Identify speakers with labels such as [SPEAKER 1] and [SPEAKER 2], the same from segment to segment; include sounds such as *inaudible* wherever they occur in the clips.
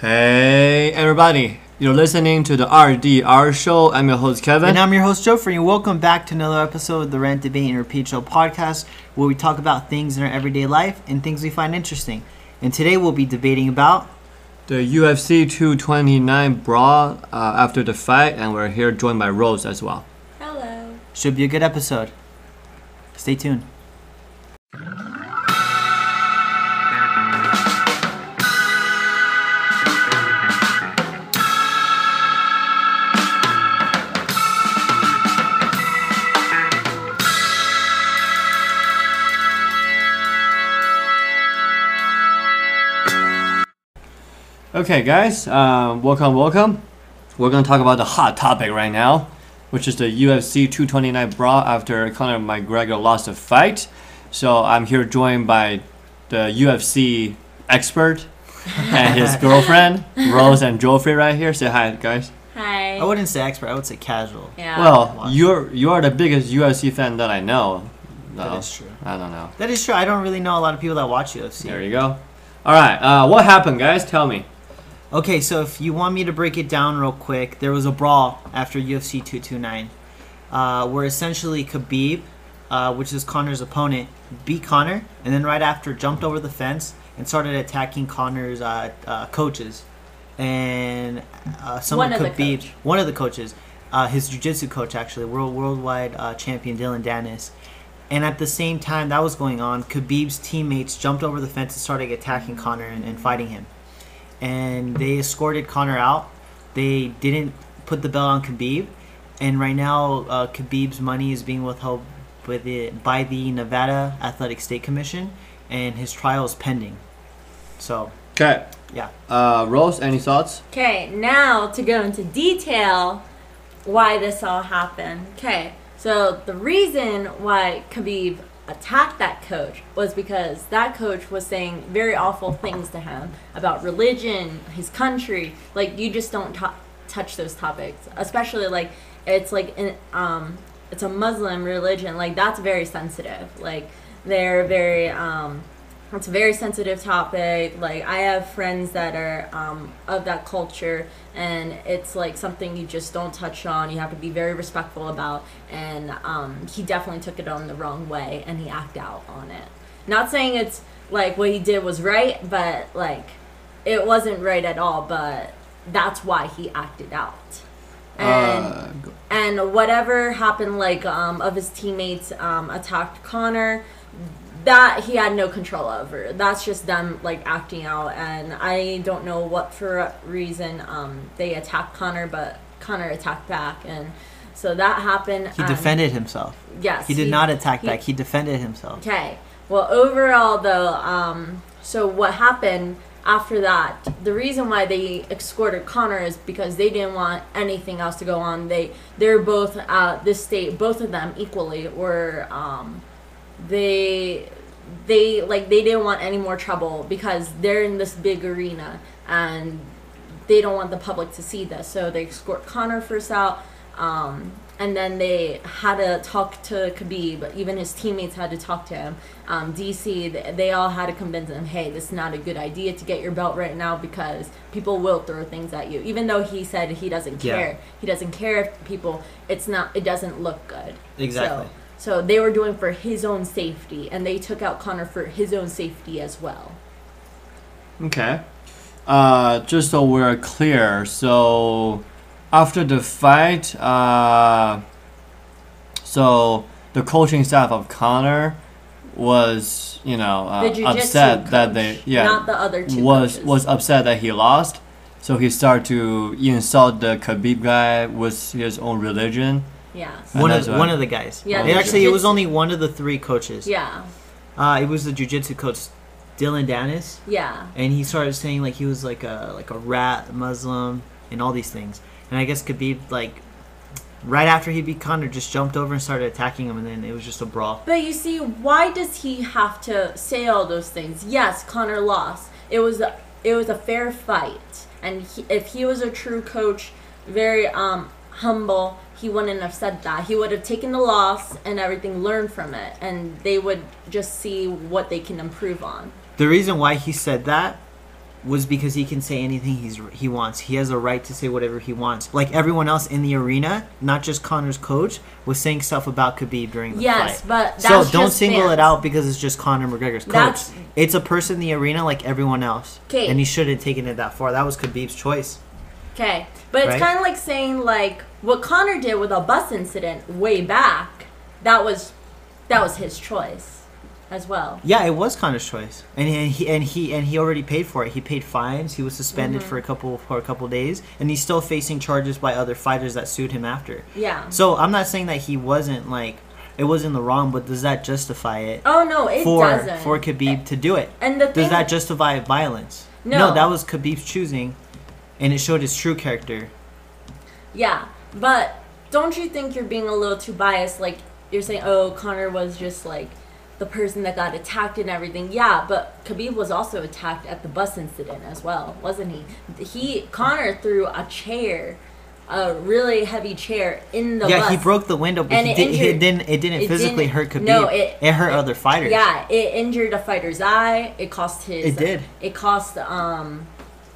[SPEAKER 1] Hey, everybody. You're listening to the RDR show. I'm your host, Kevin.
[SPEAKER 2] And I'm your host, Joe Free, and welcome back to another episode of the Rent, Debate, and Repeat Show podcast, where we talk about things in our everyday life and things we find interesting. And today we'll be debating about
[SPEAKER 1] the UFC 229 brawl uh, after the fight, and we're here joined by Rose as well.
[SPEAKER 3] Hello.
[SPEAKER 2] should be a good episode. Stay tuned.
[SPEAKER 1] Okay, guys, um, welcome, welcome. We're going to talk about the hot topic right now, which is the UFC 229 brawl after Conor McGregor lost a fight. So I'm here joined by the UFC expert and
[SPEAKER 2] *laughs*
[SPEAKER 1] his girlfriend, Rose and Joffrey, right here. Say hi, guys.
[SPEAKER 3] Hi.
[SPEAKER 2] I wouldn't say expert, I would say casual.
[SPEAKER 3] yeah.
[SPEAKER 1] Well,
[SPEAKER 2] watch.
[SPEAKER 1] you're you're the biggest UFC fan that I know.
[SPEAKER 2] That
[SPEAKER 1] No,
[SPEAKER 2] is true.
[SPEAKER 1] I don't know.
[SPEAKER 2] That is true. I don't really know a lot of people that watch UFC.
[SPEAKER 1] There you go. All right, uh, what happened, guys? Tell me.
[SPEAKER 2] Okay, so if you want me to break it down real quick, there was a brawl after UFC 229, uh, where essentially Khabib, uh, which is Connor's opponent, beat Connor, and then right after jumped over the fence and started attacking Connor's uh, uh, coaches, and uh, someone
[SPEAKER 3] One of the
[SPEAKER 2] Khabib,
[SPEAKER 3] coach.
[SPEAKER 2] one of the coaches, uh, his jiu-jitsu coach actually, world worldwide uh, champion Dylan Dennis. And at the same time that was going on, Khabib's teammates jumped over the fence and started attacking Connor and, and fighting him and they escorted Connor out. They didn't put the bell on Khabib, and right now uh, Khabib's money is being withheld by the, by the Nevada Athletic State Commission, and his trial is pending. So
[SPEAKER 1] Okay.
[SPEAKER 2] yeah,
[SPEAKER 1] Uh, Rose, any thoughts?
[SPEAKER 3] Okay, now to go into detail why this all happened. Okay, so the reason why Khabib attacked that coach was because that coach was saying very awful things to him about religion, his country. Like, you just don't to- touch those topics, especially like it's like in, um, it's a Muslim religion. Like, that's very sensitive. Like, they're very um, it's a very sensitive topic like i have friends that are um, of that culture and it's like something you just don't touch on you have to be very respectful about and um, he definitely took it on the wrong way and he acted out on it not saying it's like what he did was right but like it wasn't right at all but that's why he acted out and
[SPEAKER 1] Uh, go-
[SPEAKER 3] and whatever happened like um, of his teammates um, attacked connor that he had no control over that's just them like acting out and i don't know what for reason um, they attacked connor but connor attacked back and so that happened
[SPEAKER 2] he
[SPEAKER 3] and-
[SPEAKER 2] defended himself.
[SPEAKER 3] yes
[SPEAKER 2] He did not attack
[SPEAKER 3] Um, he-
[SPEAKER 2] back. He defended himself.
[SPEAKER 3] Okay. Well, overall, though, um, so what happened after that? The reason why they escorted Connor is because they didn't want anything else to go on. They they're both uh, this state, both of them equally were um, they they like they didn't want any more trouble because they're in this big arena and they don't want the public to see this. So they escort Connor first out, um, and then they had to talk to Khabib. Even his teammates had to talk to him. Um, DC, th- they all had to convince him, hey, this is not a good idea to get your belt right now because people will throw things at you. Even though he said he doesn't
[SPEAKER 2] Yeah.
[SPEAKER 3] care, he doesn't care if people. It's not. It doesn't look good.
[SPEAKER 2] Exactly.
[SPEAKER 3] So, so they were doing for his own safety, and they took out Connor for his own safety as well.
[SPEAKER 1] okay. Uh, just so we're clear, so after the fight, uh, so the coaching staff of Connor was, you know, uh,
[SPEAKER 3] the jujitsu
[SPEAKER 1] upset that
[SPEAKER 3] coach,
[SPEAKER 1] they, yeah,
[SPEAKER 3] not the other two
[SPEAKER 1] was
[SPEAKER 3] coaches.
[SPEAKER 1] was upset that he lost, so he started to insult the Khabib guy with his own religion.
[SPEAKER 3] yeah
[SPEAKER 1] And
[SPEAKER 2] One of
[SPEAKER 1] that's why-
[SPEAKER 2] one of the guys.
[SPEAKER 3] Yeah,
[SPEAKER 2] It
[SPEAKER 1] the
[SPEAKER 2] actually, it was
[SPEAKER 3] jiu-jitsu-
[SPEAKER 2] only one of the three coaches.
[SPEAKER 3] yeah
[SPEAKER 2] Uh, it was the jiu-jitsu coach, Dylan Dennis.
[SPEAKER 3] yeah
[SPEAKER 2] and he started saying like he was like a like a rat Muslim and all these things. And I guess Khabib like right after he beat Connor just jumped over and started attacking him, and then it was just a brawl.
[SPEAKER 3] but you see why does he have to say all those things yes connor lost it was a, it was a fair fight and he, if he was a true coach very um humble he wouldn't have said that he would have taken the loss and everything learned from it and they would just see what they can improve on
[SPEAKER 2] The reason why he said that was because he can say anything he's he wants. He has a right to say whatever he wants. Like everyone else in the arena, not just Connor's coach, was saying stuff about Khabib during the
[SPEAKER 3] Yes,
[SPEAKER 2] fight.
[SPEAKER 3] but that's
[SPEAKER 2] so don't
[SPEAKER 3] just
[SPEAKER 2] single
[SPEAKER 3] fans.
[SPEAKER 2] it out because it's just Conor McGregor's coach.
[SPEAKER 3] That's-
[SPEAKER 2] it's a person in the arena like everyone else,
[SPEAKER 3] 'Kay.
[SPEAKER 2] and he shouldn't have taken it that far. That was Khabib's choice.
[SPEAKER 3] Okay, but it's
[SPEAKER 2] Right?
[SPEAKER 3] kind of like saying like what Connor did with a bus incident way back. That was that was his choice as well.
[SPEAKER 2] Yeah, it was Connor's choice, and he and he and he, and he already paid for it. He paid fines. He was suspended
[SPEAKER 3] Mm-hmm.
[SPEAKER 2] for a couple for a couple days, and he's still facing charges by other fighters that sued him after.
[SPEAKER 3] Yeah.
[SPEAKER 2] So I'm not saying that he wasn't like it wasn't the wrong, but does that justify it
[SPEAKER 3] oh no, it
[SPEAKER 2] for
[SPEAKER 3] doesn't.
[SPEAKER 2] for Khabib to do it?
[SPEAKER 3] and the
[SPEAKER 2] Does
[SPEAKER 3] thing
[SPEAKER 2] that justify violence?
[SPEAKER 3] No.
[SPEAKER 2] that was Khabib's choosing, and it showed his true character.
[SPEAKER 3] Yeah, but don't you think you're being a little too biased? Like you're saying, oh, Connor was just like the person that got attacked and everything. Yeah, but Khabib was also attacked at the bus incident as well, wasn't he? He Connor threw a chair, a really heavy chair in the
[SPEAKER 2] yeah,
[SPEAKER 3] bus.
[SPEAKER 2] he broke the window, but
[SPEAKER 3] And
[SPEAKER 2] he,
[SPEAKER 3] it
[SPEAKER 2] did, he
[SPEAKER 3] injured-
[SPEAKER 2] didn't. It didn't
[SPEAKER 3] it
[SPEAKER 2] physically
[SPEAKER 3] didn't-
[SPEAKER 2] hurt Khabib.
[SPEAKER 3] no, it-
[SPEAKER 2] hurt
[SPEAKER 3] it-
[SPEAKER 2] other fighters.
[SPEAKER 3] Yeah, it injured a fighter's eye. It cost his.
[SPEAKER 2] It did.
[SPEAKER 3] It cost um,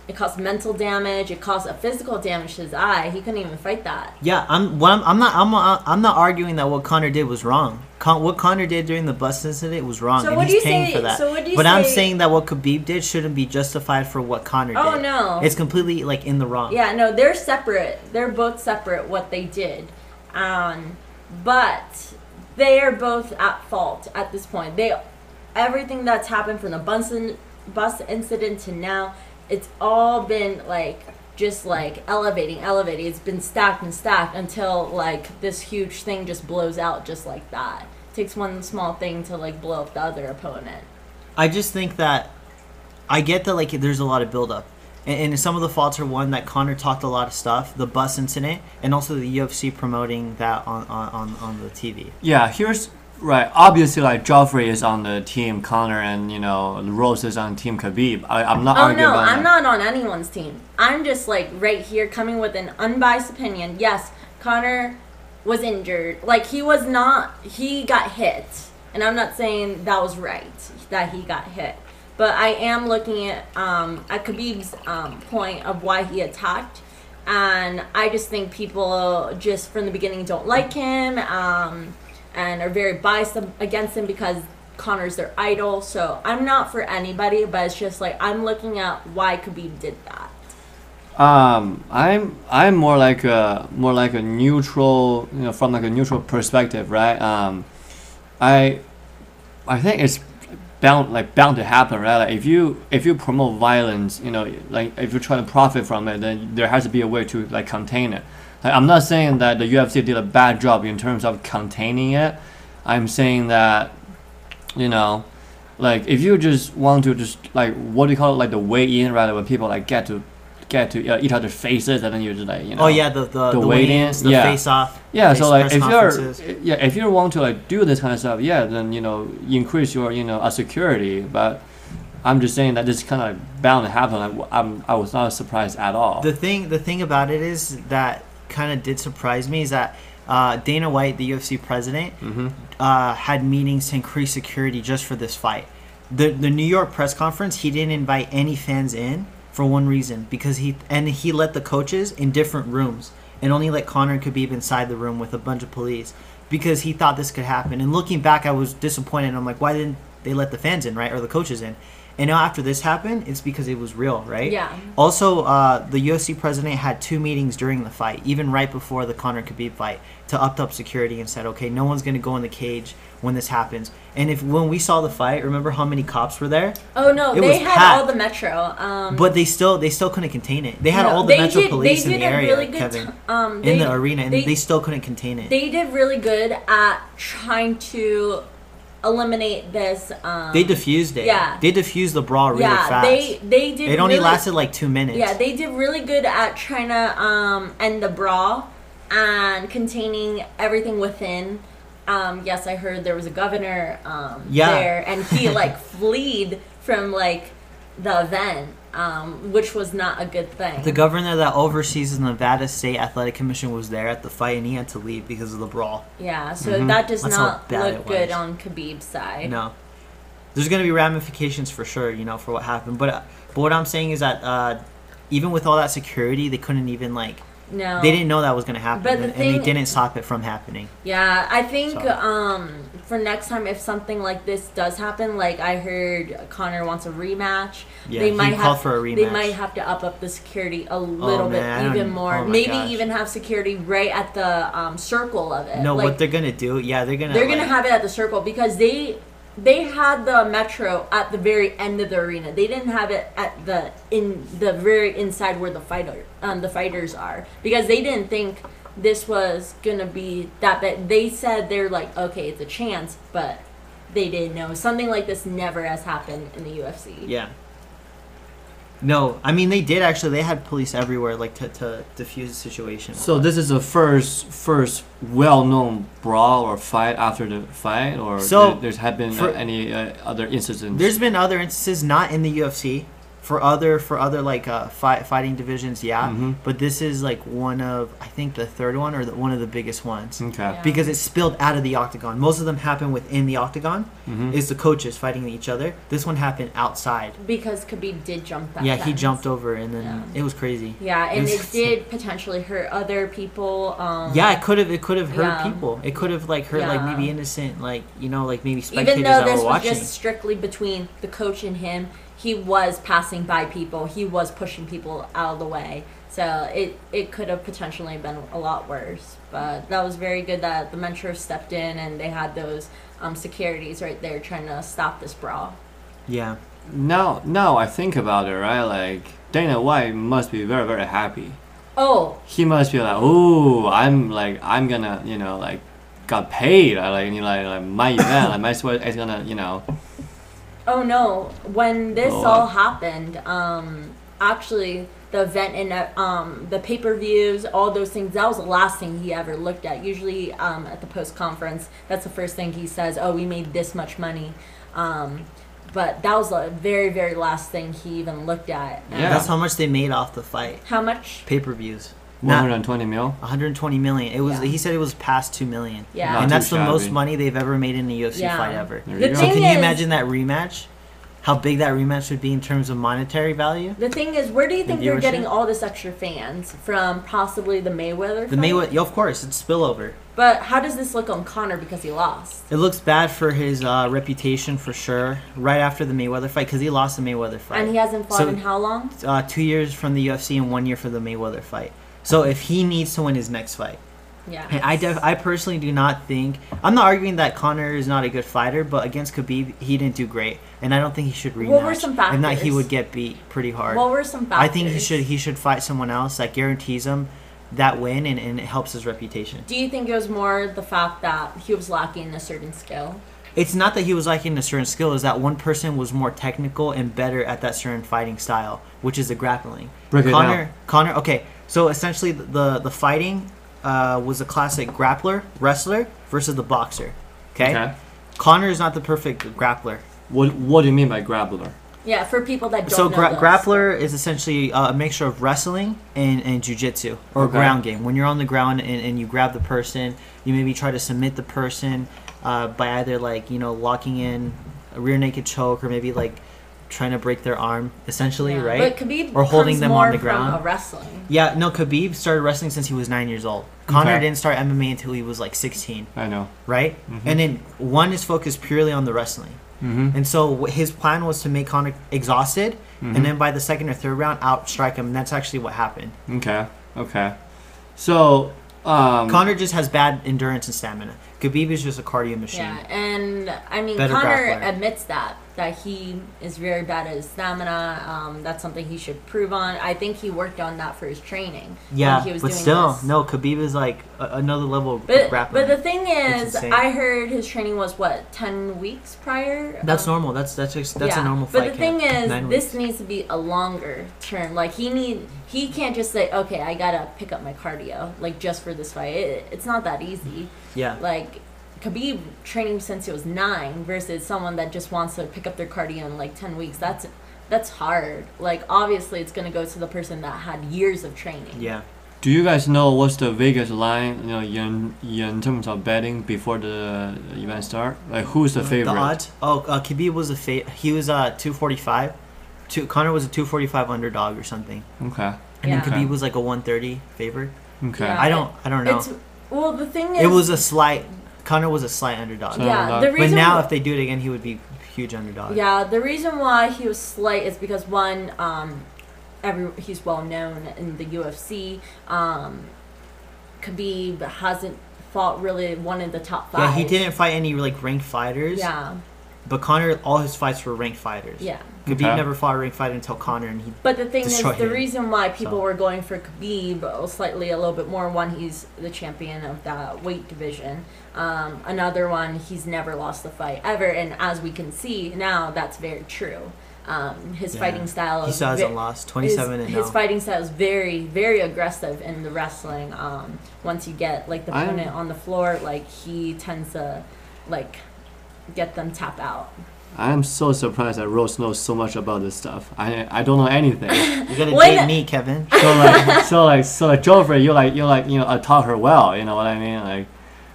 [SPEAKER 3] it cost mental damage. It caused a physical damage to his eye. He couldn't even fight that.
[SPEAKER 2] Yeah, I'm. What I'm, I'm not. I'm. not- I'm not arguing that what Connor did was wrong. Con, what Connor did during the bus incident was wrong,
[SPEAKER 3] So
[SPEAKER 2] and
[SPEAKER 3] what do
[SPEAKER 2] he's
[SPEAKER 3] you
[SPEAKER 2] paying
[SPEAKER 3] say-
[SPEAKER 2] for that.
[SPEAKER 3] so what do you
[SPEAKER 2] but I'm
[SPEAKER 3] say-
[SPEAKER 2] saying that what Khabib did shouldn't be justified for what Connor
[SPEAKER 3] Oh,
[SPEAKER 2] did.
[SPEAKER 3] no.
[SPEAKER 2] it's completely like in the wrong.
[SPEAKER 3] Yeah, no, they're separate. They're both separate what they did. Um, but they are both at fault at this point. They everything that's happened from the bus in, bus incident to now, it's all been like just like elevating, elevating. It's been stacked and stacked until like this huge thing just blows out just like that. takes one small thing to like blow up the other opponent.
[SPEAKER 2] I just think that I get that like there's a lot of buildup, and, and some of the faults are one that Connor talked a lot of stuff, the bus incident, and also the UFC promoting that on on, on, on the TV.
[SPEAKER 1] Yeah, here's right. Obviously, like Joffrey is on the team Connor, and you know Rose is on team Khabib. I, I'm not
[SPEAKER 3] Oh
[SPEAKER 1] arguing
[SPEAKER 3] no,
[SPEAKER 1] about
[SPEAKER 3] I'm
[SPEAKER 1] that.
[SPEAKER 3] not on anyone's team. I'm just like right here coming with an unbiased opinion. Yes, Connor was injured. Like he was not he got hit. And I'm not saying that was right that he got hit. But I am looking at um at Khabib's um point of why he attacked. And I just think people just from the beginning don't like him. Um and are very biased against him because Connor's their idol. So I'm not for anybody, but it's just like I'm looking at why Khabib did that.
[SPEAKER 1] Um, I'm I'm more like a more like a neutral, you know, from like a neutral perspective, right? Um, I I think it's bound like bound to happen, right? Like if you if you promote violence, you know, like if you're trying to profit from it, then there has to be a way to like contain it. Like, I'm not saying that the UFC did a bad job in terms of containing it. I'm saying that you know, like if you just want to just like what do you call it like the weigh in right when people like get to get to uh, each other's faces and then you're just like you know
[SPEAKER 2] Oh yeah, the the,
[SPEAKER 1] The
[SPEAKER 2] the
[SPEAKER 1] waiting,
[SPEAKER 2] weigh-ins, the
[SPEAKER 1] yeah.
[SPEAKER 2] face off.
[SPEAKER 1] yeah so like
[SPEAKER 2] press
[SPEAKER 1] if
[SPEAKER 2] conferences.
[SPEAKER 1] you're yeah if you want to like do this kind of stuff yeah then you know you increase your you know uh, security but I'm just saying that this kind of like, bound to happen like w- I'm I was not surprised at all
[SPEAKER 2] The thing, the thing about it is that kind of did surprise me is that uh, Dana White, the UFC president, uh, had meetings to increase security just for this fight. The the New York press conference, he didn't invite any fans in for one reason because he and he let the coaches in different rooms and only let Connor and Khabib inside the room with a bunch of police because he thought this could happen. And looking back, I was disappointed. I'm like, why didn't they let the fans in, right, or the coaches in? And now after this happened, it's because it was real, right?
[SPEAKER 3] Yeah.
[SPEAKER 2] Also, uh, the UFC president had two meetings during the fight, even right before the Conor Khabib fight, to upped up security and said, okay, no one's going to go in the cage when this happens. And if when we saw the fight, remember how many cops were there?
[SPEAKER 3] Oh no,
[SPEAKER 2] It
[SPEAKER 3] they
[SPEAKER 2] was
[SPEAKER 3] had
[SPEAKER 2] packed.
[SPEAKER 3] all the metro. Um,
[SPEAKER 2] But they still they still couldn't contain it. They had
[SPEAKER 3] no,
[SPEAKER 2] all the
[SPEAKER 3] they
[SPEAKER 2] metro
[SPEAKER 3] did-
[SPEAKER 2] police
[SPEAKER 3] they
[SPEAKER 2] in the
[SPEAKER 3] did a
[SPEAKER 2] area,
[SPEAKER 3] really good
[SPEAKER 2] Kevin,
[SPEAKER 3] t- um, they-
[SPEAKER 2] in the arena, and
[SPEAKER 3] they-
[SPEAKER 2] they, still couldn't contain it. They,
[SPEAKER 3] they did really good at trying to eliminate this. Um,
[SPEAKER 2] diffused it.
[SPEAKER 3] yeah.
[SPEAKER 2] they diffused the brawl really
[SPEAKER 3] yeah,
[SPEAKER 2] fast.
[SPEAKER 3] they they did.
[SPEAKER 2] it only
[SPEAKER 3] really-
[SPEAKER 2] lasted like two minutes.
[SPEAKER 3] Yeah, they did really good at trying to um, end the brawl and containing everything within. Um, yes, I heard there was a governor um,
[SPEAKER 2] Yeah.
[SPEAKER 3] there,
[SPEAKER 2] *laughs*
[SPEAKER 3] and he like fleed from like the event, um, which was not a good thing.
[SPEAKER 2] The governor that oversees the Nevada State Athletic Commission was there at the fight, and he had to leave because of the brawl.
[SPEAKER 3] yeah, so that does
[SPEAKER 2] Mm-hmm. That's how
[SPEAKER 3] not
[SPEAKER 2] bad
[SPEAKER 3] look
[SPEAKER 2] it was.
[SPEAKER 3] good on Khabib's side.
[SPEAKER 2] No, there's gonna be ramifications for sure, you know, for what happened. But uh, But what I'm saying is that uh, even with all that security, they couldn't even like
[SPEAKER 3] No.
[SPEAKER 2] they didn't know that was going to happen,
[SPEAKER 3] But
[SPEAKER 2] and,
[SPEAKER 3] the
[SPEAKER 2] and
[SPEAKER 3] thing-
[SPEAKER 2] they didn't stop it from happening.
[SPEAKER 3] Yeah, I think
[SPEAKER 2] So-
[SPEAKER 3] um for next time if something like this does happen, like I heard Connor wants a rematch.
[SPEAKER 2] Yeah,
[SPEAKER 3] they
[SPEAKER 2] he
[SPEAKER 3] might
[SPEAKER 2] called
[SPEAKER 3] have,
[SPEAKER 2] for a
[SPEAKER 3] They
[SPEAKER 2] rematch. Oh,
[SPEAKER 3] might have to up up the security a little
[SPEAKER 2] man, I
[SPEAKER 3] bit
[SPEAKER 2] don't-
[SPEAKER 3] even more.
[SPEAKER 2] oh my
[SPEAKER 3] Maybe
[SPEAKER 2] gosh.
[SPEAKER 3] even have security right at the um, circle of it.
[SPEAKER 2] No,
[SPEAKER 3] like,
[SPEAKER 2] what they're going to do? Yeah, they're going to
[SPEAKER 3] they're gonna have it at the circle because they they had the metro at the very end of the arena. They didn't have it at the in the very inside where the fighter um, the fighters are because they didn't think this was gonna be that bad. They said they're like okay, it's a chance, but they didn't know something like this never has happened in the UFC.
[SPEAKER 2] Yeah. No, I mean they did actually. They had police everywhere, like to to defuse the situation.
[SPEAKER 1] So this is the first first well-known brawl or fight after the fight, or
[SPEAKER 2] So,
[SPEAKER 1] there, there's have been
[SPEAKER 2] for-
[SPEAKER 1] uh, any uh, other incidents?
[SPEAKER 2] There's been other instances, not in the UFC, for other for other like uh, fight, fighting divisions, yeah.
[SPEAKER 1] Mhm.
[SPEAKER 2] But this is like one of I think the third one or the, one of the biggest ones
[SPEAKER 1] okay.
[SPEAKER 3] Yeah.
[SPEAKER 2] because it spilled out of the octagon. Most of them happen within the octagon.
[SPEAKER 3] Mm-hmm.
[SPEAKER 1] Mhm.
[SPEAKER 2] Is the coaches fighting each other? This one happened outside.
[SPEAKER 3] because Khabib did jump that.
[SPEAKER 2] yeah, he
[SPEAKER 3] fence.
[SPEAKER 2] jumped over and then
[SPEAKER 3] Yeah.
[SPEAKER 2] it was crazy.
[SPEAKER 3] Yeah, and
[SPEAKER 2] It
[SPEAKER 3] it
[SPEAKER 2] was-
[SPEAKER 3] did potentially hurt other people. Um,
[SPEAKER 2] Yeah, it could have it could have hurt
[SPEAKER 3] Yeah.
[SPEAKER 2] people. It could have like hurt like
[SPEAKER 3] Yeah.
[SPEAKER 2] maybe innocent like you know like maybe spectators
[SPEAKER 3] even though
[SPEAKER 2] that
[SPEAKER 3] this
[SPEAKER 2] were
[SPEAKER 3] was
[SPEAKER 2] watching.
[SPEAKER 3] just strictly between the coach and him, he was passing by people. He was pushing people out of the way. So it, it could have potentially been a lot worse. But that was very good that the mentor stepped in and they had those um, securities right there trying to stop this brawl.
[SPEAKER 2] Yeah,
[SPEAKER 1] Now, now I think about it, right? Like Dana White must be very, very happy.
[SPEAKER 3] Oh,
[SPEAKER 1] He must be like, oh, I'm like, I'm gonna, you know, like, got paid. I like, you know, like, like my event, like my sweat is gonna, you know,
[SPEAKER 3] Oh no! When this
[SPEAKER 1] Oh,
[SPEAKER 3] all
[SPEAKER 1] wow.
[SPEAKER 3] happened, um, actually, the event and uh, um, the pay per views, all those things, that was the last thing he ever looked at. Usually, um, at the post conference, that's the first thing he says. Oh, we made this much money. Um, but that was the very, very last thing he even looked at. And
[SPEAKER 1] Yeah.
[SPEAKER 2] that's how much they made off the fight
[SPEAKER 3] How much?
[SPEAKER 2] pay per views.
[SPEAKER 1] one hundred and twenty mil.
[SPEAKER 2] 120 million. It was.
[SPEAKER 3] Yeah.
[SPEAKER 2] He said it was past two million.
[SPEAKER 3] Yeah.
[SPEAKER 1] Not
[SPEAKER 2] and that's
[SPEAKER 1] too
[SPEAKER 2] the most
[SPEAKER 1] shabby.
[SPEAKER 2] money they've ever made in a UFC
[SPEAKER 3] Yeah.
[SPEAKER 2] fight ever.
[SPEAKER 1] There
[SPEAKER 3] The
[SPEAKER 1] you
[SPEAKER 2] So
[SPEAKER 1] go.
[SPEAKER 3] thing
[SPEAKER 2] can
[SPEAKER 3] is-
[SPEAKER 2] you imagine that rematch? How big that rematch would be in terms of monetary value?
[SPEAKER 3] The thing is, where do you
[SPEAKER 2] The
[SPEAKER 3] think they're
[SPEAKER 2] viewership?
[SPEAKER 3] getting all this extra fans from? Possibly the Mayweather.
[SPEAKER 2] The
[SPEAKER 3] fight?
[SPEAKER 2] Mayweather, yeah, of course, it's spillover.
[SPEAKER 3] But how does this look on Connor because he lost?
[SPEAKER 2] It looks bad for his uh, reputation for sure. Right after the Mayweather fight, because he lost the Mayweather fight.
[SPEAKER 3] And he hasn't fought
[SPEAKER 2] So-
[SPEAKER 3] in how long?
[SPEAKER 2] uh, two years from the UFC and one year for the Mayweather fight. So if he needs to win his next fight,
[SPEAKER 3] Yeah.
[SPEAKER 2] And I, def- I personally do not think I'm not arguing that Connor is not a good fighter, but against Khabib he didn't do great, and I don't think he should rematch.
[SPEAKER 3] What were some
[SPEAKER 2] And that he
[SPEAKER 3] factors?
[SPEAKER 2] would get beat pretty hard.
[SPEAKER 3] What were some
[SPEAKER 2] I
[SPEAKER 3] factors?
[SPEAKER 2] think he should he should fight someone else that guarantees him that win and, and it helps his reputation.
[SPEAKER 3] Do you think it was more the fact that he was lacking in a certain skill?
[SPEAKER 2] It's not that he was lacking a certain skill; is that one person was more technical and better at that certain fighting style, which is the grappling.
[SPEAKER 1] Break it
[SPEAKER 2] Connor,
[SPEAKER 1] down.
[SPEAKER 2] Connor. Okay, so essentially the the, the fighting uh, was a classic grappler wrestler versus the boxer.
[SPEAKER 1] Okay.
[SPEAKER 2] Connor is not the perfect grappler.
[SPEAKER 1] What What do you mean by grappler?
[SPEAKER 3] Yeah, for people that don't
[SPEAKER 2] So
[SPEAKER 3] know
[SPEAKER 2] gra-
[SPEAKER 3] this.
[SPEAKER 2] grappler is essentially uh, a mixture of wrestling and, and jujitsu or
[SPEAKER 1] Okay.
[SPEAKER 2] ground game. When you're on the ground and, and you grab the person, you maybe try to submit the person uh, by either like you know locking in a rear naked choke or maybe like trying to break their arm essentially,
[SPEAKER 3] Yeah.
[SPEAKER 2] right?
[SPEAKER 3] But Khabib
[SPEAKER 2] Or holding
[SPEAKER 3] comes
[SPEAKER 2] them on
[SPEAKER 3] more
[SPEAKER 2] the
[SPEAKER 3] From
[SPEAKER 2] ground.
[SPEAKER 3] a wrestling.
[SPEAKER 2] yeah, no. Khabib started wrestling since he was nine years old. Connor
[SPEAKER 1] Okay.
[SPEAKER 2] didn't start MMA until he was like 16,
[SPEAKER 1] I know.
[SPEAKER 2] right? And then one is focused purely on the wrestling.
[SPEAKER 1] Mm-hmm.
[SPEAKER 2] And so wh- his plan was to make Connor exhausted,
[SPEAKER 1] Mm-hmm.
[SPEAKER 2] and then by the second or third round, outstrike him. And that's actually what happened.
[SPEAKER 1] Okay. Okay. So, um,
[SPEAKER 2] Connor just has bad endurance and stamina. Khabib is just a cardio machine.
[SPEAKER 3] Yeah, and I mean
[SPEAKER 2] Better
[SPEAKER 3] Connor
[SPEAKER 2] grappler.
[SPEAKER 3] admits that that he is very bad at his stamina. Um, that's something he should prove on. I think he worked on that for his training. when
[SPEAKER 2] Yeah,
[SPEAKER 3] he was
[SPEAKER 2] but
[SPEAKER 3] doing
[SPEAKER 2] still,
[SPEAKER 3] this.
[SPEAKER 2] no. Khabib is like a- another level of
[SPEAKER 3] But,
[SPEAKER 2] grappling.
[SPEAKER 3] but the thing is,
[SPEAKER 2] insane.
[SPEAKER 3] I heard his training was what ten weeks prior.
[SPEAKER 2] that's
[SPEAKER 3] Um,
[SPEAKER 2] normal. That's that's just, that's
[SPEAKER 3] Yeah,
[SPEAKER 2] a normal
[SPEAKER 3] But
[SPEAKER 2] fight.
[SPEAKER 3] the
[SPEAKER 2] camp.
[SPEAKER 3] thing is,
[SPEAKER 2] Nine
[SPEAKER 3] this
[SPEAKER 2] weeks.
[SPEAKER 3] needs to be a longer term. Like he need he can't just say, okay, I gotta pick up my cardio like just for this fight. It, it's not that easy.
[SPEAKER 2] yeah,
[SPEAKER 3] Like Khabib training since he was nine versus someone that just wants to pick up their cardio in like ten weeks. That's that's hard. Like obviously, it's gonna go to the person that had years of training.
[SPEAKER 2] yeah.
[SPEAKER 1] do you guys know what's the Vegas line? You know, in in terms of betting before the event start, like who's the favorite?
[SPEAKER 2] The odds. Oh, uh, Khabib was a fa- he was uh 245, two, Connor was a 245 underdog or something.
[SPEAKER 1] Okay.
[SPEAKER 2] And then
[SPEAKER 3] Yeah.
[SPEAKER 2] Khabib was like a 130 favorite.
[SPEAKER 1] Okay.
[SPEAKER 3] Yeah.
[SPEAKER 2] I don't I don't know.
[SPEAKER 3] It's well, the thing is,
[SPEAKER 2] it was a slight Connor was a slight underdog.
[SPEAKER 1] So-
[SPEAKER 3] yeah.
[SPEAKER 1] underdog.
[SPEAKER 3] The
[SPEAKER 1] But
[SPEAKER 2] but
[SPEAKER 3] reason
[SPEAKER 2] now if they do it again, he would be huge underdog.
[SPEAKER 3] Yeah, the reason why he was slight is because one, um, every he's well known in the UFC. Um, Khabib hasn't fought really one in the top
[SPEAKER 2] Yeah,
[SPEAKER 3] five.
[SPEAKER 2] he didn't fight any like ranked fighters.
[SPEAKER 3] Yeah,
[SPEAKER 2] But Connor, all his fights were ranked fighters.
[SPEAKER 3] yeah.
[SPEAKER 2] Khabib
[SPEAKER 1] Okay.
[SPEAKER 2] never fought a ranked fighter until Connor, and he
[SPEAKER 3] But the thing
[SPEAKER 2] Destroy
[SPEAKER 3] is, the
[SPEAKER 2] him.
[SPEAKER 3] reason why people
[SPEAKER 2] So-
[SPEAKER 3] were going for Khabib slightly a little bit more one, he's the champion of that weight division. Um, another one, he's never lost the fight ever, and as we can see now, that's very true. Um, his
[SPEAKER 2] Yeah.
[SPEAKER 3] fighting style
[SPEAKER 2] he
[SPEAKER 3] is
[SPEAKER 2] still
[SPEAKER 3] ve-
[SPEAKER 2] hasn't lost. Twenty-seven
[SPEAKER 3] his,
[SPEAKER 2] and oh.
[SPEAKER 3] his
[SPEAKER 2] zero.
[SPEAKER 3] fighting style is very very aggressive in the wrestling um once you get like the
[SPEAKER 1] I-
[SPEAKER 3] opponent on the floor like he tends to like get them tap out
[SPEAKER 1] I am so surprised that Rose knows so much about this stuff. I I don't know anything.
[SPEAKER 2] You gotta
[SPEAKER 3] When-
[SPEAKER 2] date me,
[SPEAKER 3] *laughs*
[SPEAKER 2] Kevin.
[SPEAKER 1] so like so like so like Joffrey, you like you like you know I taught her well. You know what I mean? Like,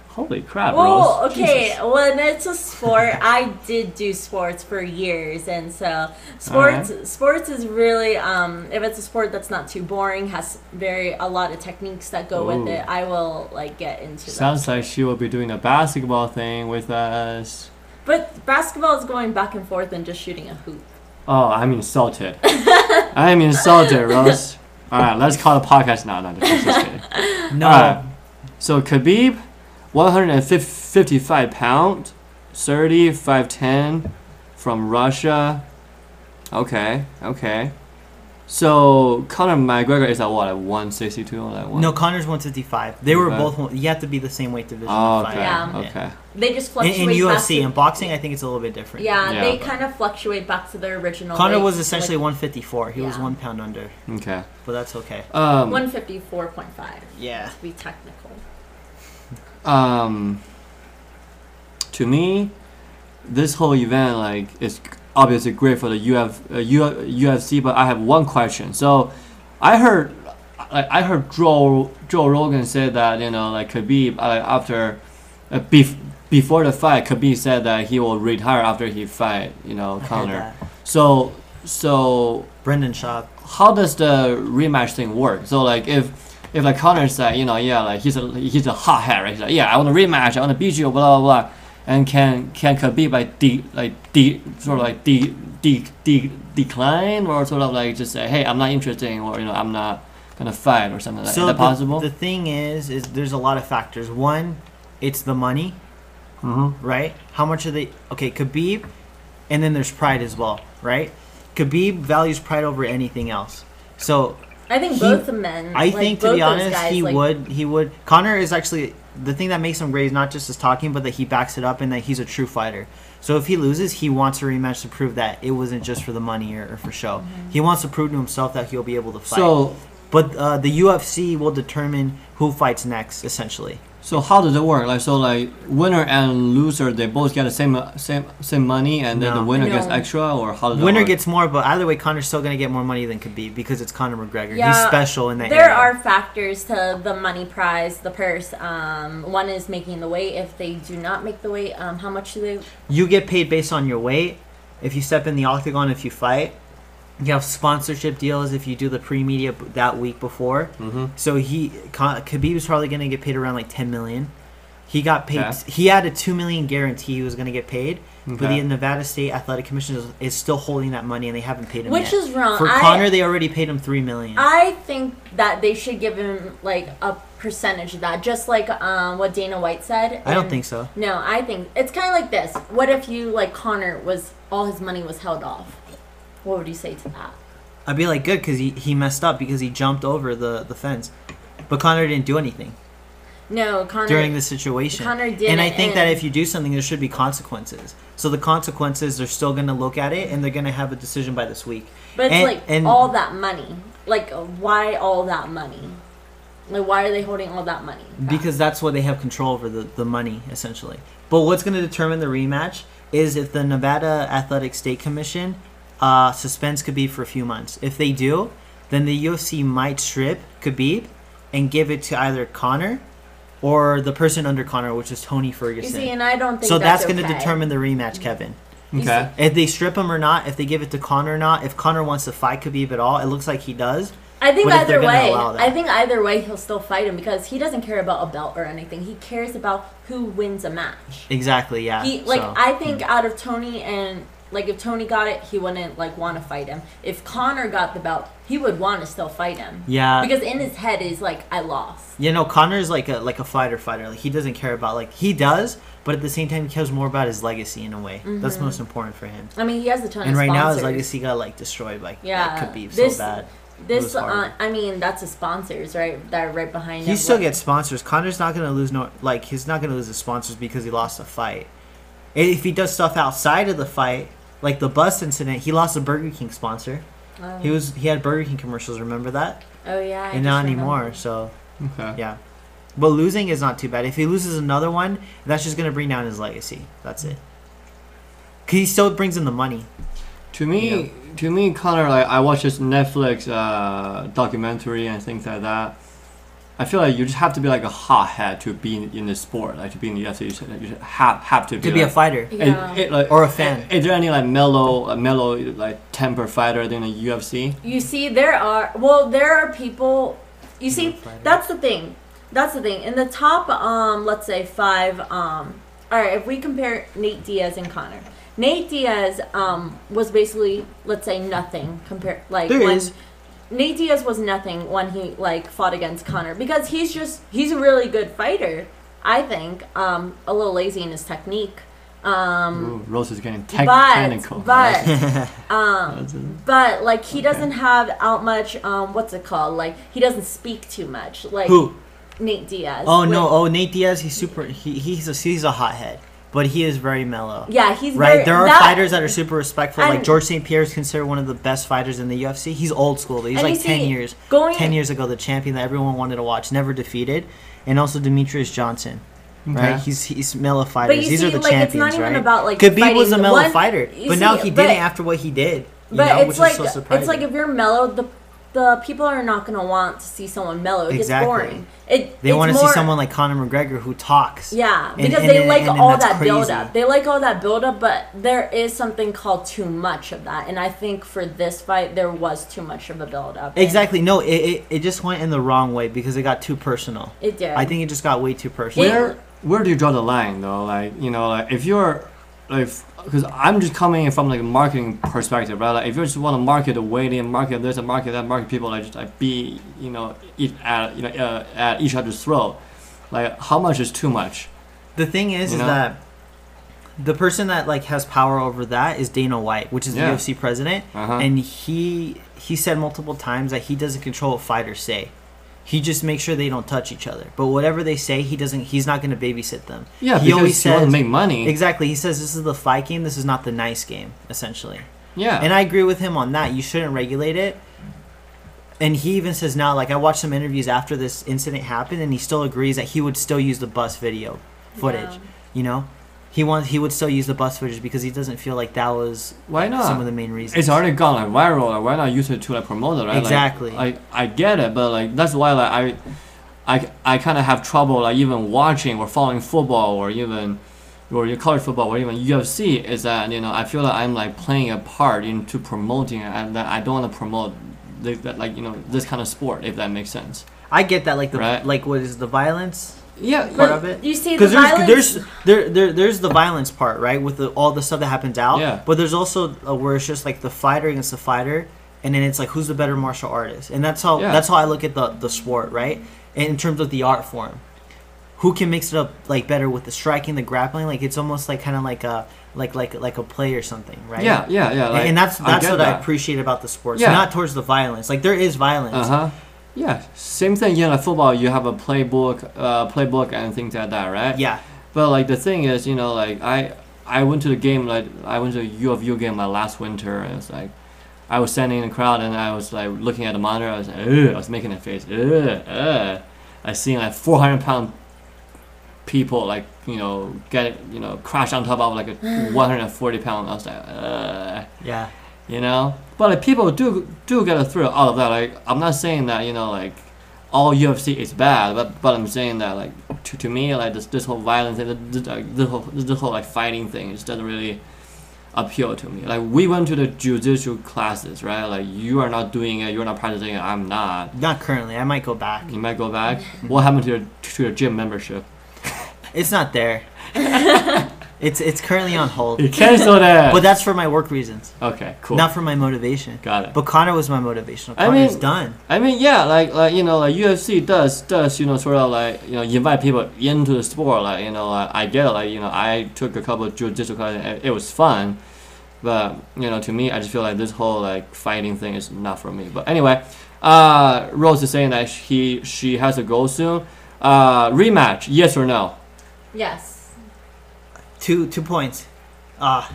[SPEAKER 1] holy crap,
[SPEAKER 3] well
[SPEAKER 1] Rose.
[SPEAKER 3] okay
[SPEAKER 1] Jesus.
[SPEAKER 3] when it's a
[SPEAKER 2] *laughs*
[SPEAKER 3] sport i did do sports for years and so sports sports is really um if it's a sport that's not too boring has very a lot of techniques that go with
[SPEAKER 1] Ooh.
[SPEAKER 3] it i will like get into that
[SPEAKER 1] Sounds like she will be doing a basketball thing with us.
[SPEAKER 3] but basketball is going back and forth and just shooting a hoop
[SPEAKER 1] Oh, I'm
[SPEAKER 3] *laughs*
[SPEAKER 1] insulted. I'm insulted, Rose. All right, let's call the podcast now. No, just kidding.
[SPEAKER 2] No,
[SPEAKER 1] Alright. So Khabib, 155 pound, 30, 5'10", from Russia. Okay, okay. So Conor McGregor is at what, at 162 or like one?
[SPEAKER 2] no, Connor's one fifty-five. They were
[SPEAKER 1] Okay.
[SPEAKER 2] both. one- You have to be the same weight division. to
[SPEAKER 1] Oh,
[SPEAKER 2] fight.
[SPEAKER 1] okay,
[SPEAKER 3] Yeah.
[SPEAKER 1] okay.
[SPEAKER 3] they just
[SPEAKER 2] In,
[SPEAKER 3] fluctuate
[SPEAKER 2] in UFC
[SPEAKER 3] back-
[SPEAKER 2] and boxing, I think it's a little bit different.
[SPEAKER 3] Yeah,
[SPEAKER 1] Yeah.
[SPEAKER 3] they kind of fluctuate back to their original.
[SPEAKER 2] Connor
[SPEAKER 3] weight,
[SPEAKER 2] was essentially
[SPEAKER 3] like,
[SPEAKER 2] 154. He was
[SPEAKER 3] Yeah.
[SPEAKER 2] one pound under,
[SPEAKER 1] Okay.
[SPEAKER 2] but that's okay.
[SPEAKER 1] Um,
[SPEAKER 3] 154.5
[SPEAKER 2] Yeah.
[SPEAKER 3] to be technical.
[SPEAKER 1] um, to me, this whole event like is obviously great for the Uf, uh, U, UFC, but I have one question. So, I heard, like, I heard Joe Joe Rogan say that you know like Khabib uh, after, uh, bef- before the fight, Khabib said that he will retire after he fight you know
[SPEAKER 2] I heard
[SPEAKER 1] Conor.
[SPEAKER 2] that.
[SPEAKER 1] So so
[SPEAKER 2] Brendan Schaub.
[SPEAKER 1] how does the rematch thing work? So like if if like Connor said, you know, yeah, like he's a he's a hot head, right? He's like, yeah, I want a rematch, I want to beat you, blah blah blah. And can can Khabib like de like de sort of like de, de, de decline or sort of like just say, hey, I'm not interested, or you know, I'm not gonna fight or something like that. Is that
[SPEAKER 2] the,
[SPEAKER 1] possible?
[SPEAKER 2] the thing is, is there's a lot of factors. One, it's the money,
[SPEAKER 1] mm-hmm.
[SPEAKER 2] right? How much are they? Okay, Khabib, and then there's pride as well, right? Khabib values pride over anything else. So
[SPEAKER 3] I think
[SPEAKER 2] He-
[SPEAKER 3] both men.
[SPEAKER 2] I
[SPEAKER 3] like,
[SPEAKER 2] think, to
[SPEAKER 3] both
[SPEAKER 2] be
[SPEAKER 3] those
[SPEAKER 2] honest,
[SPEAKER 3] guys,
[SPEAKER 2] he
[SPEAKER 3] like,
[SPEAKER 2] would. He would. Connor is actually the thing that makes him great is not just his talking, but that he backs it up and that he's a true fighter. So if he loses, he wants a rematch to prove that it wasn't just for the money or, or for show.
[SPEAKER 3] Mm-hmm.
[SPEAKER 2] He wants to prove to himself that he'll be able to fight.
[SPEAKER 1] So
[SPEAKER 2] but uh, the UFC will determine who fights next, essentially.
[SPEAKER 1] so how does it work? Like so like winner and loser they both get the same same same money and then
[SPEAKER 2] No.
[SPEAKER 1] the winner
[SPEAKER 3] No.
[SPEAKER 1] gets extra or how does it
[SPEAKER 2] Winner
[SPEAKER 1] work?
[SPEAKER 2] gets more, but either way, Connor's still gonna get more money than Khabib because it's Conor McGregor. He's
[SPEAKER 3] Yeah,
[SPEAKER 2] special in that.
[SPEAKER 3] There
[SPEAKER 2] area.
[SPEAKER 3] are factors to the money prize, the purse. Um, one is making the weight. If they do not make the weight, um, how much do they?
[SPEAKER 2] you get paid based on your weight. If you step in the octagon, if you fight, you have sponsorship deals. If you do the pre media b- that week before,
[SPEAKER 1] Mhm.
[SPEAKER 2] so he Con- Khabib was probably going to get paid around like ten million. He got paid.
[SPEAKER 1] Okay.
[SPEAKER 2] He had a two million guarantee he was going to get paid, but
[SPEAKER 1] Okay.
[SPEAKER 2] the Nevada State Athletic Commission is, is still holding that money and they haven't paid him.
[SPEAKER 3] Which
[SPEAKER 2] yet.
[SPEAKER 3] is wrong.
[SPEAKER 2] for
[SPEAKER 3] I-
[SPEAKER 2] Connor, they already paid him three million.
[SPEAKER 3] I think that they should give him like a percentage of that, just like um, what Dana White said.
[SPEAKER 2] I don't
[SPEAKER 3] and-
[SPEAKER 2] think so.
[SPEAKER 3] No, I think it's kind of like this. What if you like Connor was all his money was held off? What would you say to that?
[SPEAKER 2] I'd be like, good, because he, he messed up because he jumped over the, the fence. But Connor didn't do anything.
[SPEAKER 3] No, Connor.
[SPEAKER 2] during the situation.
[SPEAKER 3] Connor did
[SPEAKER 2] and I
[SPEAKER 3] it,
[SPEAKER 2] think that
[SPEAKER 3] and-
[SPEAKER 2] if you do something, there should be consequences. So the consequences, they're still going to look at it and they're going to have a decision by this week.
[SPEAKER 3] but it's
[SPEAKER 2] and-
[SPEAKER 3] like
[SPEAKER 2] and-
[SPEAKER 3] all that money. Like why all that money? Like why are they holding all that money? back?
[SPEAKER 2] Because that's what they have control over the, the money, essentially. But what's going to determine the rematch is if the Nevada Athletic State Commission uh, suspends Khabib for a few months. If they do, then the UFC might strip Khabib and give it to either Connor or the person under Connor, which is Tony
[SPEAKER 3] you
[SPEAKER 2] Ferguson.
[SPEAKER 3] see, and I don't think
[SPEAKER 2] so that's, going to
[SPEAKER 3] okay.
[SPEAKER 2] determine the rematch, Kevin.
[SPEAKER 1] Okay.
[SPEAKER 2] If they strip him or not, if they give it to Connor or not, if Connor wants to fight Khabib at all, it looks like he does.
[SPEAKER 3] I think
[SPEAKER 2] What if they're
[SPEAKER 3] either
[SPEAKER 2] gonna
[SPEAKER 3] way,
[SPEAKER 2] allow that?
[SPEAKER 3] I think either way, he'll still fight him because he doesn't care about a belt or anything. He cares about who wins a match.
[SPEAKER 2] Exactly, yeah.
[SPEAKER 3] He like
[SPEAKER 2] so. hmm.
[SPEAKER 3] I think out of Tony and like if Tony got it, he wouldn't like want to fight him. If Connor got the belt, he would want to still fight him.
[SPEAKER 2] Yeah.
[SPEAKER 3] because in his head is like I lost.
[SPEAKER 2] You know, Connor's like a like a fighter fighter. Like he doesn't care about like he does, but at the same time, he cares more about his legacy in a way. That's
[SPEAKER 3] Mm-hmm.
[SPEAKER 2] most important for him.
[SPEAKER 3] I mean, he has a ton
[SPEAKER 2] And
[SPEAKER 3] of
[SPEAKER 2] right now, his
[SPEAKER 3] sponsors.
[SPEAKER 2] legacy got like destroyed by yeah,
[SPEAKER 3] Yeah,
[SPEAKER 2] like, Khabib
[SPEAKER 3] this-
[SPEAKER 2] so bad.
[SPEAKER 3] This,
[SPEAKER 2] was hard.
[SPEAKER 3] uh, I mean, that's his sponsors, right? That are right behind him.
[SPEAKER 2] He still
[SPEAKER 3] Like,
[SPEAKER 2] gets sponsors. Connor's not gonna lose no like he's not gonna lose his sponsors because he lost a fight. If he does stuff outside of the fight, like the bus incident, he lost a Burger King sponsor.
[SPEAKER 3] oh.
[SPEAKER 2] He was he had Burger King commercials. Remember that?
[SPEAKER 3] Oh yeah. I
[SPEAKER 2] and not
[SPEAKER 3] just remembered.
[SPEAKER 2] anymore. So
[SPEAKER 1] Okay.
[SPEAKER 2] yeah, but losing is not too bad. If he loses another one, that's just gonna bring down his legacy. That's it. 'Cause he still brings in the money.
[SPEAKER 1] To me, to me, Connor, like I watch this Netflix uh, documentary and things like that. I feel like you just have to be like a hothead to be in, in the sport, like to be in the UFC. You should- you should have have to be
[SPEAKER 2] To be a
[SPEAKER 1] like-
[SPEAKER 2] fighter,
[SPEAKER 1] And
[SPEAKER 3] Yeah.
[SPEAKER 1] it, like,
[SPEAKER 2] Or a fan.
[SPEAKER 1] Is there any like mellow, uh, mellow like temper fighter in the UFC?
[SPEAKER 3] You see, there are well, there are people. You see,
[SPEAKER 2] Rough Riders.
[SPEAKER 3] that's the thing. That's the thing. In the top, um, let's say five. Um, all right, if we compare Nate Diaz and Connor, Nate Diaz um was basically let's say nothing compared like
[SPEAKER 2] There
[SPEAKER 3] when
[SPEAKER 2] is.
[SPEAKER 3] Nate Diaz was nothing when he like fought against Connor because he's just he's a really good fighter. I think um a little lazy in his technique. Um,
[SPEAKER 1] Ooh, Rose is getting tech- technical. *laughs*
[SPEAKER 3] but but um
[SPEAKER 1] That's it.
[SPEAKER 3] but like he doesn't have out much. Um, what's it called? Like he doesn't speak too much. Like
[SPEAKER 2] Who?
[SPEAKER 3] Nate Diaz.
[SPEAKER 2] Oh no!
[SPEAKER 3] Like,
[SPEAKER 2] Oh Nate Diaz, he's super. He, he's a he's a hothead, but he is very mellow.
[SPEAKER 3] Yeah, he's
[SPEAKER 2] Right,
[SPEAKER 3] very-
[SPEAKER 2] there are
[SPEAKER 3] that-
[SPEAKER 2] fighters that are super respectful. like
[SPEAKER 3] And-
[SPEAKER 2] George St. Pierre is considered one of the best fighters in the UFC. He's old school. He's
[SPEAKER 3] And
[SPEAKER 2] like
[SPEAKER 3] you
[SPEAKER 2] ten
[SPEAKER 3] see,
[SPEAKER 2] years.
[SPEAKER 3] going-
[SPEAKER 2] ten years ago, the champion that everyone wanted to watch, never defeated, and also Demetrius Johnson. Right,
[SPEAKER 1] Okay.
[SPEAKER 2] he's he's mellow
[SPEAKER 3] But
[SPEAKER 2] fighters.
[SPEAKER 3] you
[SPEAKER 2] These
[SPEAKER 3] see,
[SPEAKER 2] are the
[SPEAKER 3] like
[SPEAKER 2] champions,
[SPEAKER 3] it's not
[SPEAKER 2] right?
[SPEAKER 3] even about like
[SPEAKER 2] Khabib was a
[SPEAKER 3] fighting
[SPEAKER 2] mellow
[SPEAKER 3] one-
[SPEAKER 2] fighter,
[SPEAKER 3] you
[SPEAKER 2] but
[SPEAKER 3] see,
[SPEAKER 2] now he
[SPEAKER 3] but-
[SPEAKER 2] didn't after what he did. You
[SPEAKER 3] But
[SPEAKER 2] know,
[SPEAKER 3] it's
[SPEAKER 2] which
[SPEAKER 3] like
[SPEAKER 2] is so surprising.
[SPEAKER 3] it's like if you're mellow, the the people are not gonna want to see someone mellow. It gets
[SPEAKER 2] Exactly.
[SPEAKER 3] boring. It
[SPEAKER 2] they
[SPEAKER 3] want to
[SPEAKER 2] see someone like Conor McGregor who talks.
[SPEAKER 3] Yeah,
[SPEAKER 2] And-
[SPEAKER 3] because
[SPEAKER 2] and-
[SPEAKER 3] they
[SPEAKER 2] and-
[SPEAKER 3] like
[SPEAKER 2] and- and
[SPEAKER 3] all
[SPEAKER 2] that's
[SPEAKER 3] that build
[SPEAKER 2] crazy.
[SPEAKER 3] up. They like all that build up, but there is something called too much of that. And I think for this fight, there was too much of a build up.
[SPEAKER 2] Exactly. No, it, it, it just went in the wrong way because it got too personal.
[SPEAKER 3] It did.
[SPEAKER 2] I think it just got way too personal.
[SPEAKER 1] Where where do you draw the line though? Like you know, like if you're like because I'm just coming in from like a marketing perspective, right? Like if you just want to market the waiting, market this and market that, market people like just like be you know eat at you know uh, at each other's throat. Like how much is too much?
[SPEAKER 2] The thing is,
[SPEAKER 1] You
[SPEAKER 2] is
[SPEAKER 1] know?
[SPEAKER 2] that the person that like has power over that is Dana White, which is
[SPEAKER 1] Yeah.
[SPEAKER 2] the UFC president,
[SPEAKER 1] Uh-huh.
[SPEAKER 2] and he he said multiple times that he doesn't control what fighters say. He just makes sure they don't touch each other. But whatever they say, he doesn't. He's not going to babysit them.
[SPEAKER 1] Yeah,
[SPEAKER 2] he
[SPEAKER 1] because
[SPEAKER 2] always
[SPEAKER 1] you want
[SPEAKER 2] says
[SPEAKER 1] to make money.
[SPEAKER 2] exactly. He says this is the fight game. This is not the nice game, essentially.
[SPEAKER 1] yeah,
[SPEAKER 2] And I agree with him on that. You shouldn't regulate it. And he even says now, like I watched some interviews after this incident happened, and he still agrees that he would still use the bus video footage.
[SPEAKER 3] Yeah.
[SPEAKER 2] You know, he wants he would still use the bus footage because he doesn't feel like that was
[SPEAKER 1] why not?
[SPEAKER 2] some of the main reasons.
[SPEAKER 1] it's already gone like viral. Like, why not use it to like promote it? Right? Like-
[SPEAKER 2] Exactly.
[SPEAKER 1] Like, I get it, but like that's why like I, I, I kind of have trouble like even watching or following football or even, or your college football or even UFC is that you know I feel like I'm like playing a part into promoting it and that I don't want to promote. the- That, like you know this kind of sport if that makes sense
[SPEAKER 2] I get that, like the
[SPEAKER 1] Right.
[SPEAKER 2] like what is the violence?
[SPEAKER 1] yeah
[SPEAKER 2] part
[SPEAKER 1] yeah,
[SPEAKER 2] of it.
[SPEAKER 3] You see, the
[SPEAKER 2] Because there's
[SPEAKER 3] violence.
[SPEAKER 2] there's there, there there's the violence part, right? With the, all the stuff that happens out.
[SPEAKER 1] Yeah.
[SPEAKER 2] But there's also uh, where it's just like the fighter against the fighter, and then it's like who's the better martial artist, and that's how
[SPEAKER 1] Yeah.
[SPEAKER 2] that's how I look at the the sport, right? In terms of the art form, who can mix it up like better with the striking, the grappling? Like it's almost like kind of like a like like like a play or something, right?
[SPEAKER 1] yeah yeah yeah
[SPEAKER 2] And-
[SPEAKER 1] like,
[SPEAKER 2] and that's that's
[SPEAKER 1] get
[SPEAKER 2] what I
[SPEAKER 1] that.
[SPEAKER 2] appreciate about the sport. So
[SPEAKER 1] Yeah.
[SPEAKER 2] not towards the violence. Like there is violence.
[SPEAKER 1] Uh huh. Yeah, same thing. Yeah, like football, you have a playbook, uh, playbook and things like that, right?
[SPEAKER 2] Yeah.
[SPEAKER 1] But like the thing is, you know, like I, I went to the game, like I went to a U of U game like last winter, and it's like, I was standing in the crowd and I was like looking at the monitor. I was like, Ugh, I was making a face. Ugh, ugh. I seen like 400 pound people like you know get you know crash on top of like a 140 pound. I was like, Ugh
[SPEAKER 2] Yeah.
[SPEAKER 1] you know. But like people do do get a thrill out of that. Like I'm not saying that you know like all UFC is bad, but but I'm saying that like to, to me like this this whole violence and this, this, like, this whole this whole like fighting thing it just doesn't really appealed to me. Like we went to the jujitsu classes, right? Like you are not doing it, you're not practicing it, I'm not.
[SPEAKER 2] Not currently. I might go back.
[SPEAKER 1] You might go back. what happened to your to your gym membership?
[SPEAKER 2] It's not
[SPEAKER 3] *laughs*
[SPEAKER 2] there. it's it's currently on hold.
[SPEAKER 1] You cancel that.
[SPEAKER 2] But that's for my work reasons,
[SPEAKER 1] okay, cool.
[SPEAKER 2] not for my motivation.
[SPEAKER 1] Got it.
[SPEAKER 2] But Connor was my motivation.
[SPEAKER 1] I
[SPEAKER 2] Connor's
[SPEAKER 1] mean-
[SPEAKER 2] done.
[SPEAKER 1] I mean, yeah, like like you know, like UFC does does you know sort of like you know invite people into the sport. Like you know, I, I get it. Like you know, I took a couple of jujitsu classes. And it was fun, but you know, to me, I just feel like this whole like fighting thing is not for me. But anyway, uh, Rose is saying that he she has a goal soon. Uh, rematch, yes or no?
[SPEAKER 3] Yes.
[SPEAKER 2] Two two points. Uh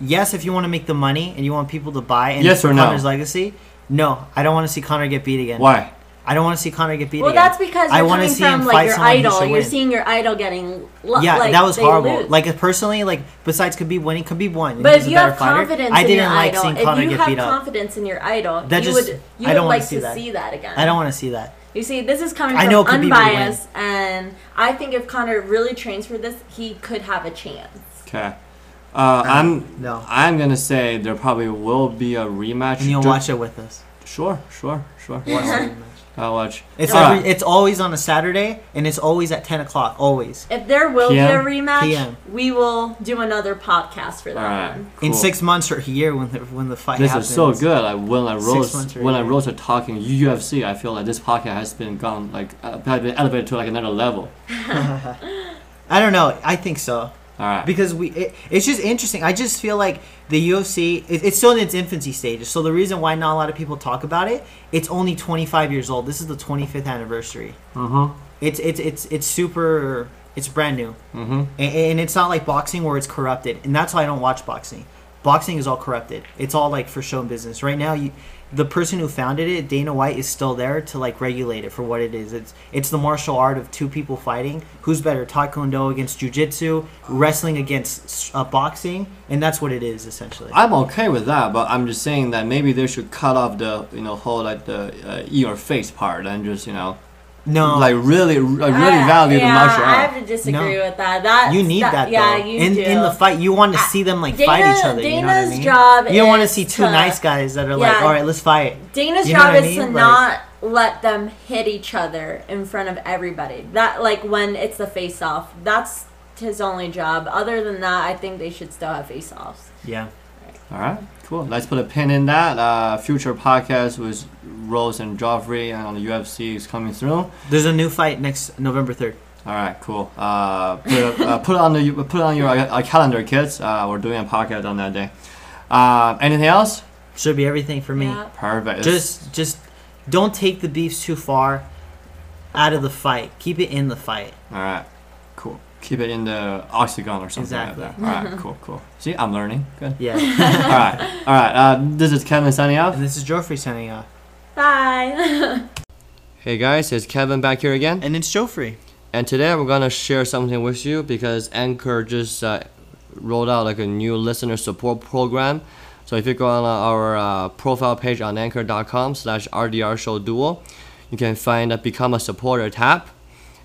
[SPEAKER 2] yes, if you want to make the money and you want people to buy and
[SPEAKER 1] Yes
[SPEAKER 2] for
[SPEAKER 1] or no?
[SPEAKER 2] Connor's legacy. No, I don't want to see Connor get beat again.
[SPEAKER 1] Why?
[SPEAKER 2] I don't want to see Connor get beat
[SPEAKER 3] Well,
[SPEAKER 2] again.
[SPEAKER 3] that's because
[SPEAKER 2] I
[SPEAKER 3] you're
[SPEAKER 2] wanna
[SPEAKER 3] coming
[SPEAKER 2] see him
[SPEAKER 3] from
[SPEAKER 2] fight
[SPEAKER 3] like your
[SPEAKER 2] someone who
[SPEAKER 3] idol.
[SPEAKER 2] should
[SPEAKER 3] You're
[SPEAKER 2] win.
[SPEAKER 3] seeing your idol getting. Lo-
[SPEAKER 2] yeah,
[SPEAKER 3] like,
[SPEAKER 2] that was
[SPEAKER 3] they
[SPEAKER 2] horrible.
[SPEAKER 3] lose.
[SPEAKER 2] Like personally, like besides Khabib winning, Khabib won. and
[SPEAKER 3] But
[SPEAKER 2] he
[SPEAKER 3] if
[SPEAKER 2] was a
[SPEAKER 3] you have
[SPEAKER 2] better fighter.
[SPEAKER 3] confidence
[SPEAKER 2] I
[SPEAKER 3] in
[SPEAKER 2] didn't
[SPEAKER 3] your
[SPEAKER 2] like
[SPEAKER 3] idol,
[SPEAKER 2] seeing Connor
[SPEAKER 3] if you
[SPEAKER 2] get
[SPEAKER 3] have
[SPEAKER 2] beat up.
[SPEAKER 3] confidence in your idol,
[SPEAKER 2] That
[SPEAKER 3] you
[SPEAKER 2] just-
[SPEAKER 3] would you
[SPEAKER 2] I
[SPEAKER 3] would
[SPEAKER 2] don't wanna
[SPEAKER 3] like
[SPEAKER 2] see
[SPEAKER 3] to
[SPEAKER 2] that.
[SPEAKER 3] see that again.
[SPEAKER 2] I don't want to see that.
[SPEAKER 3] You see, this is coming
[SPEAKER 2] I
[SPEAKER 3] from
[SPEAKER 2] know Khabib would win.
[SPEAKER 3] unbiased, and I think if Connor really trains for this, he could have a chance.
[SPEAKER 1] Okay. Uh, I'm
[SPEAKER 2] no.
[SPEAKER 1] I'm gonna say there probably will be a rematch.
[SPEAKER 2] And you'll
[SPEAKER 1] Ju-
[SPEAKER 2] watch it with
[SPEAKER 3] *laughs*
[SPEAKER 2] us.
[SPEAKER 1] Sure, sure, sure. I'll watch. Uh,
[SPEAKER 2] It's
[SPEAKER 1] All
[SPEAKER 2] every,
[SPEAKER 1] right.
[SPEAKER 2] it's always on a Saturday and it's always at ten o'clock. Always.
[SPEAKER 3] If there will
[SPEAKER 1] PM?
[SPEAKER 3] be a rematch,
[SPEAKER 2] PM.
[SPEAKER 3] we will do another podcast for that
[SPEAKER 1] All right.
[SPEAKER 3] one.
[SPEAKER 2] In
[SPEAKER 1] cool.
[SPEAKER 2] six months or a year when the when the fight
[SPEAKER 1] This
[SPEAKER 2] happens.
[SPEAKER 1] is so good. Like when I
[SPEAKER 2] Six
[SPEAKER 1] rose,
[SPEAKER 2] months or
[SPEAKER 1] when I
[SPEAKER 2] even.
[SPEAKER 1] rose to talking UFC, I feel like this podcast has been gone like uh, has been elevated to like another level.
[SPEAKER 2] I don't know. I think so.
[SPEAKER 1] All right.
[SPEAKER 2] because we it, it's just interesting i just feel like the ufc it, it's still in its infancy stages so the reason why not a lot of people talk about it it's only 25 years old this is the 25th anniversary
[SPEAKER 1] Mhm.
[SPEAKER 2] it's it's it's it's super it's brand new
[SPEAKER 1] Mhm.
[SPEAKER 2] and, and it's not like boxing where it's corrupted and that's why i don't watch boxing boxing is all corrupted it's all like for show business right now you the person who founded it dana white is still there to like regulate it for what it is it's it's the martial art of two people fighting who's better taekwondo against jiu-jitsu wrestling against uh, boxing and that's what it is essentially
[SPEAKER 1] I'm okay with that, but I'm just saying that maybe they should cut off the you know whole like the uh, eat or face part and just you know
[SPEAKER 2] no
[SPEAKER 1] like really like, really
[SPEAKER 3] Uh,
[SPEAKER 1] value
[SPEAKER 3] yeah,
[SPEAKER 1] the martial
[SPEAKER 3] I
[SPEAKER 1] art.
[SPEAKER 3] have to disagree with that. That
[SPEAKER 2] you need that,
[SPEAKER 3] Yeah,
[SPEAKER 2] though.
[SPEAKER 3] you
[SPEAKER 2] in
[SPEAKER 3] do.
[SPEAKER 2] in the fight, you want to see them like fight each
[SPEAKER 3] Dana-
[SPEAKER 2] other. you know what I
[SPEAKER 3] Dana's
[SPEAKER 2] mean?
[SPEAKER 3] job
[SPEAKER 2] You don't want to
[SPEAKER 3] is
[SPEAKER 2] see two
[SPEAKER 3] to-
[SPEAKER 2] nice guys that are like,
[SPEAKER 3] Yeah.
[SPEAKER 2] all right, let's fight.
[SPEAKER 3] Dana's
[SPEAKER 2] You know
[SPEAKER 3] job
[SPEAKER 2] what I
[SPEAKER 3] is to
[SPEAKER 2] mean? Like-
[SPEAKER 3] not let them hit each other in front of everybody. That like when it's the face off, that's his only job. Other than that, I think they should still have face offs.
[SPEAKER 2] Yeah.
[SPEAKER 1] All right, cool. Let's put a pin in that. Uh, future podcast with Rose and Joffrey and on the UFC is coming soon.
[SPEAKER 2] There's a new fight next November 3rd.
[SPEAKER 1] All right, cool. Uh, put, it, uh, put it on the put it on your uh, calendar, kids. Uh, we're doing a podcast on that day. Uh, anything else?
[SPEAKER 2] Should be everything for me.
[SPEAKER 3] Yeah.
[SPEAKER 1] Perfect.
[SPEAKER 2] Just just don't take the beefs too far out of the fight. Keep it in the fight.
[SPEAKER 1] all right, cool. Keep it in the octagon or something like
[SPEAKER 2] Exactly.
[SPEAKER 1] that. All right, cool, cool. See, I'm learning. Good.
[SPEAKER 2] Yeah. *laughs*
[SPEAKER 1] all right, all right. Uh, this is Kevin signing off.
[SPEAKER 2] and this is Joffrey signing off.
[SPEAKER 3] Bye. *laughs*
[SPEAKER 1] Hey guys, it's Kevin back here again.
[SPEAKER 2] And it's Joffrey.
[SPEAKER 1] And today I'm gonna share something with you because Anchor just uh, rolled out like a new listener support program. So if you go on our uh, profile page on anchor.com/slash RDR Show Duo, you can find a Become a Supporter tab,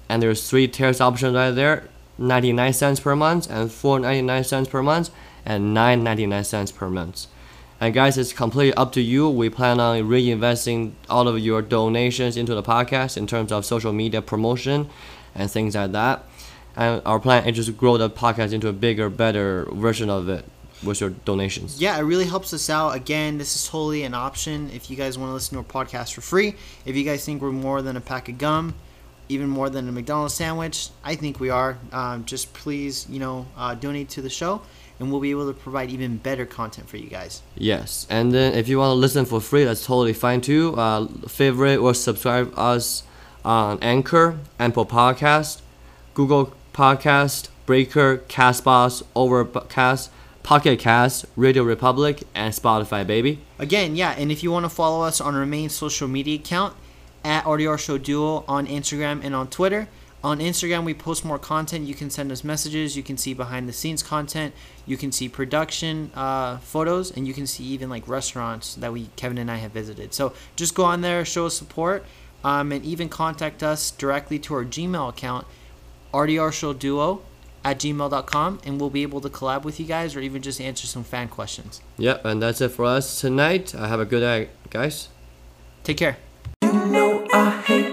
[SPEAKER 1] and there's three tiers options right there: 99 cents per month, and 4.99 cents per month, and 9.99 cents per month. And guys, it's completely up to you. We plan on reinvesting all of your donations into the podcast in terms of social media promotion and things like that. And our plan is just grow the podcast into a bigger, better version of it with your donations.
[SPEAKER 2] Yeah, it really helps us out. Again, this is totally an option if you guys want to listen to our podcast for free. If you guys think we're more than a pack of gum, even more than a McDonald's sandwich, I think we are. Um, just please, you know, uh, donate to the show, and we'll be able to provide even better content for you guys.
[SPEAKER 1] Yes, and then if you want to listen for free, that's totally fine too. Uh, favorite or subscribe us on Anchor, Apple Podcast, Google Podcast, Breaker, Castbox, Overcast, Pocket Cast, Radio Republic, and Spotify, baby.
[SPEAKER 2] Again, yeah, and if you want to follow us on our main social media account at RDR Show Duo on Instagram and on Twitter. On Instagram, we post more content. You can send us messages. You can see behind the scenes content. You can see production uh, photos, and you can see even like restaurants that we Kevin and I have visited. So just go on there, show us support, um, and even contact us directly to our Gmail account, RDR Show Duo at gmail.com, and we'll be able to collab with you guys or even just answer some fan questions.
[SPEAKER 1] Yep, and that's it for us tonight. Uh, have a good night, guys.
[SPEAKER 2] Take care.
[SPEAKER 4] You know I hate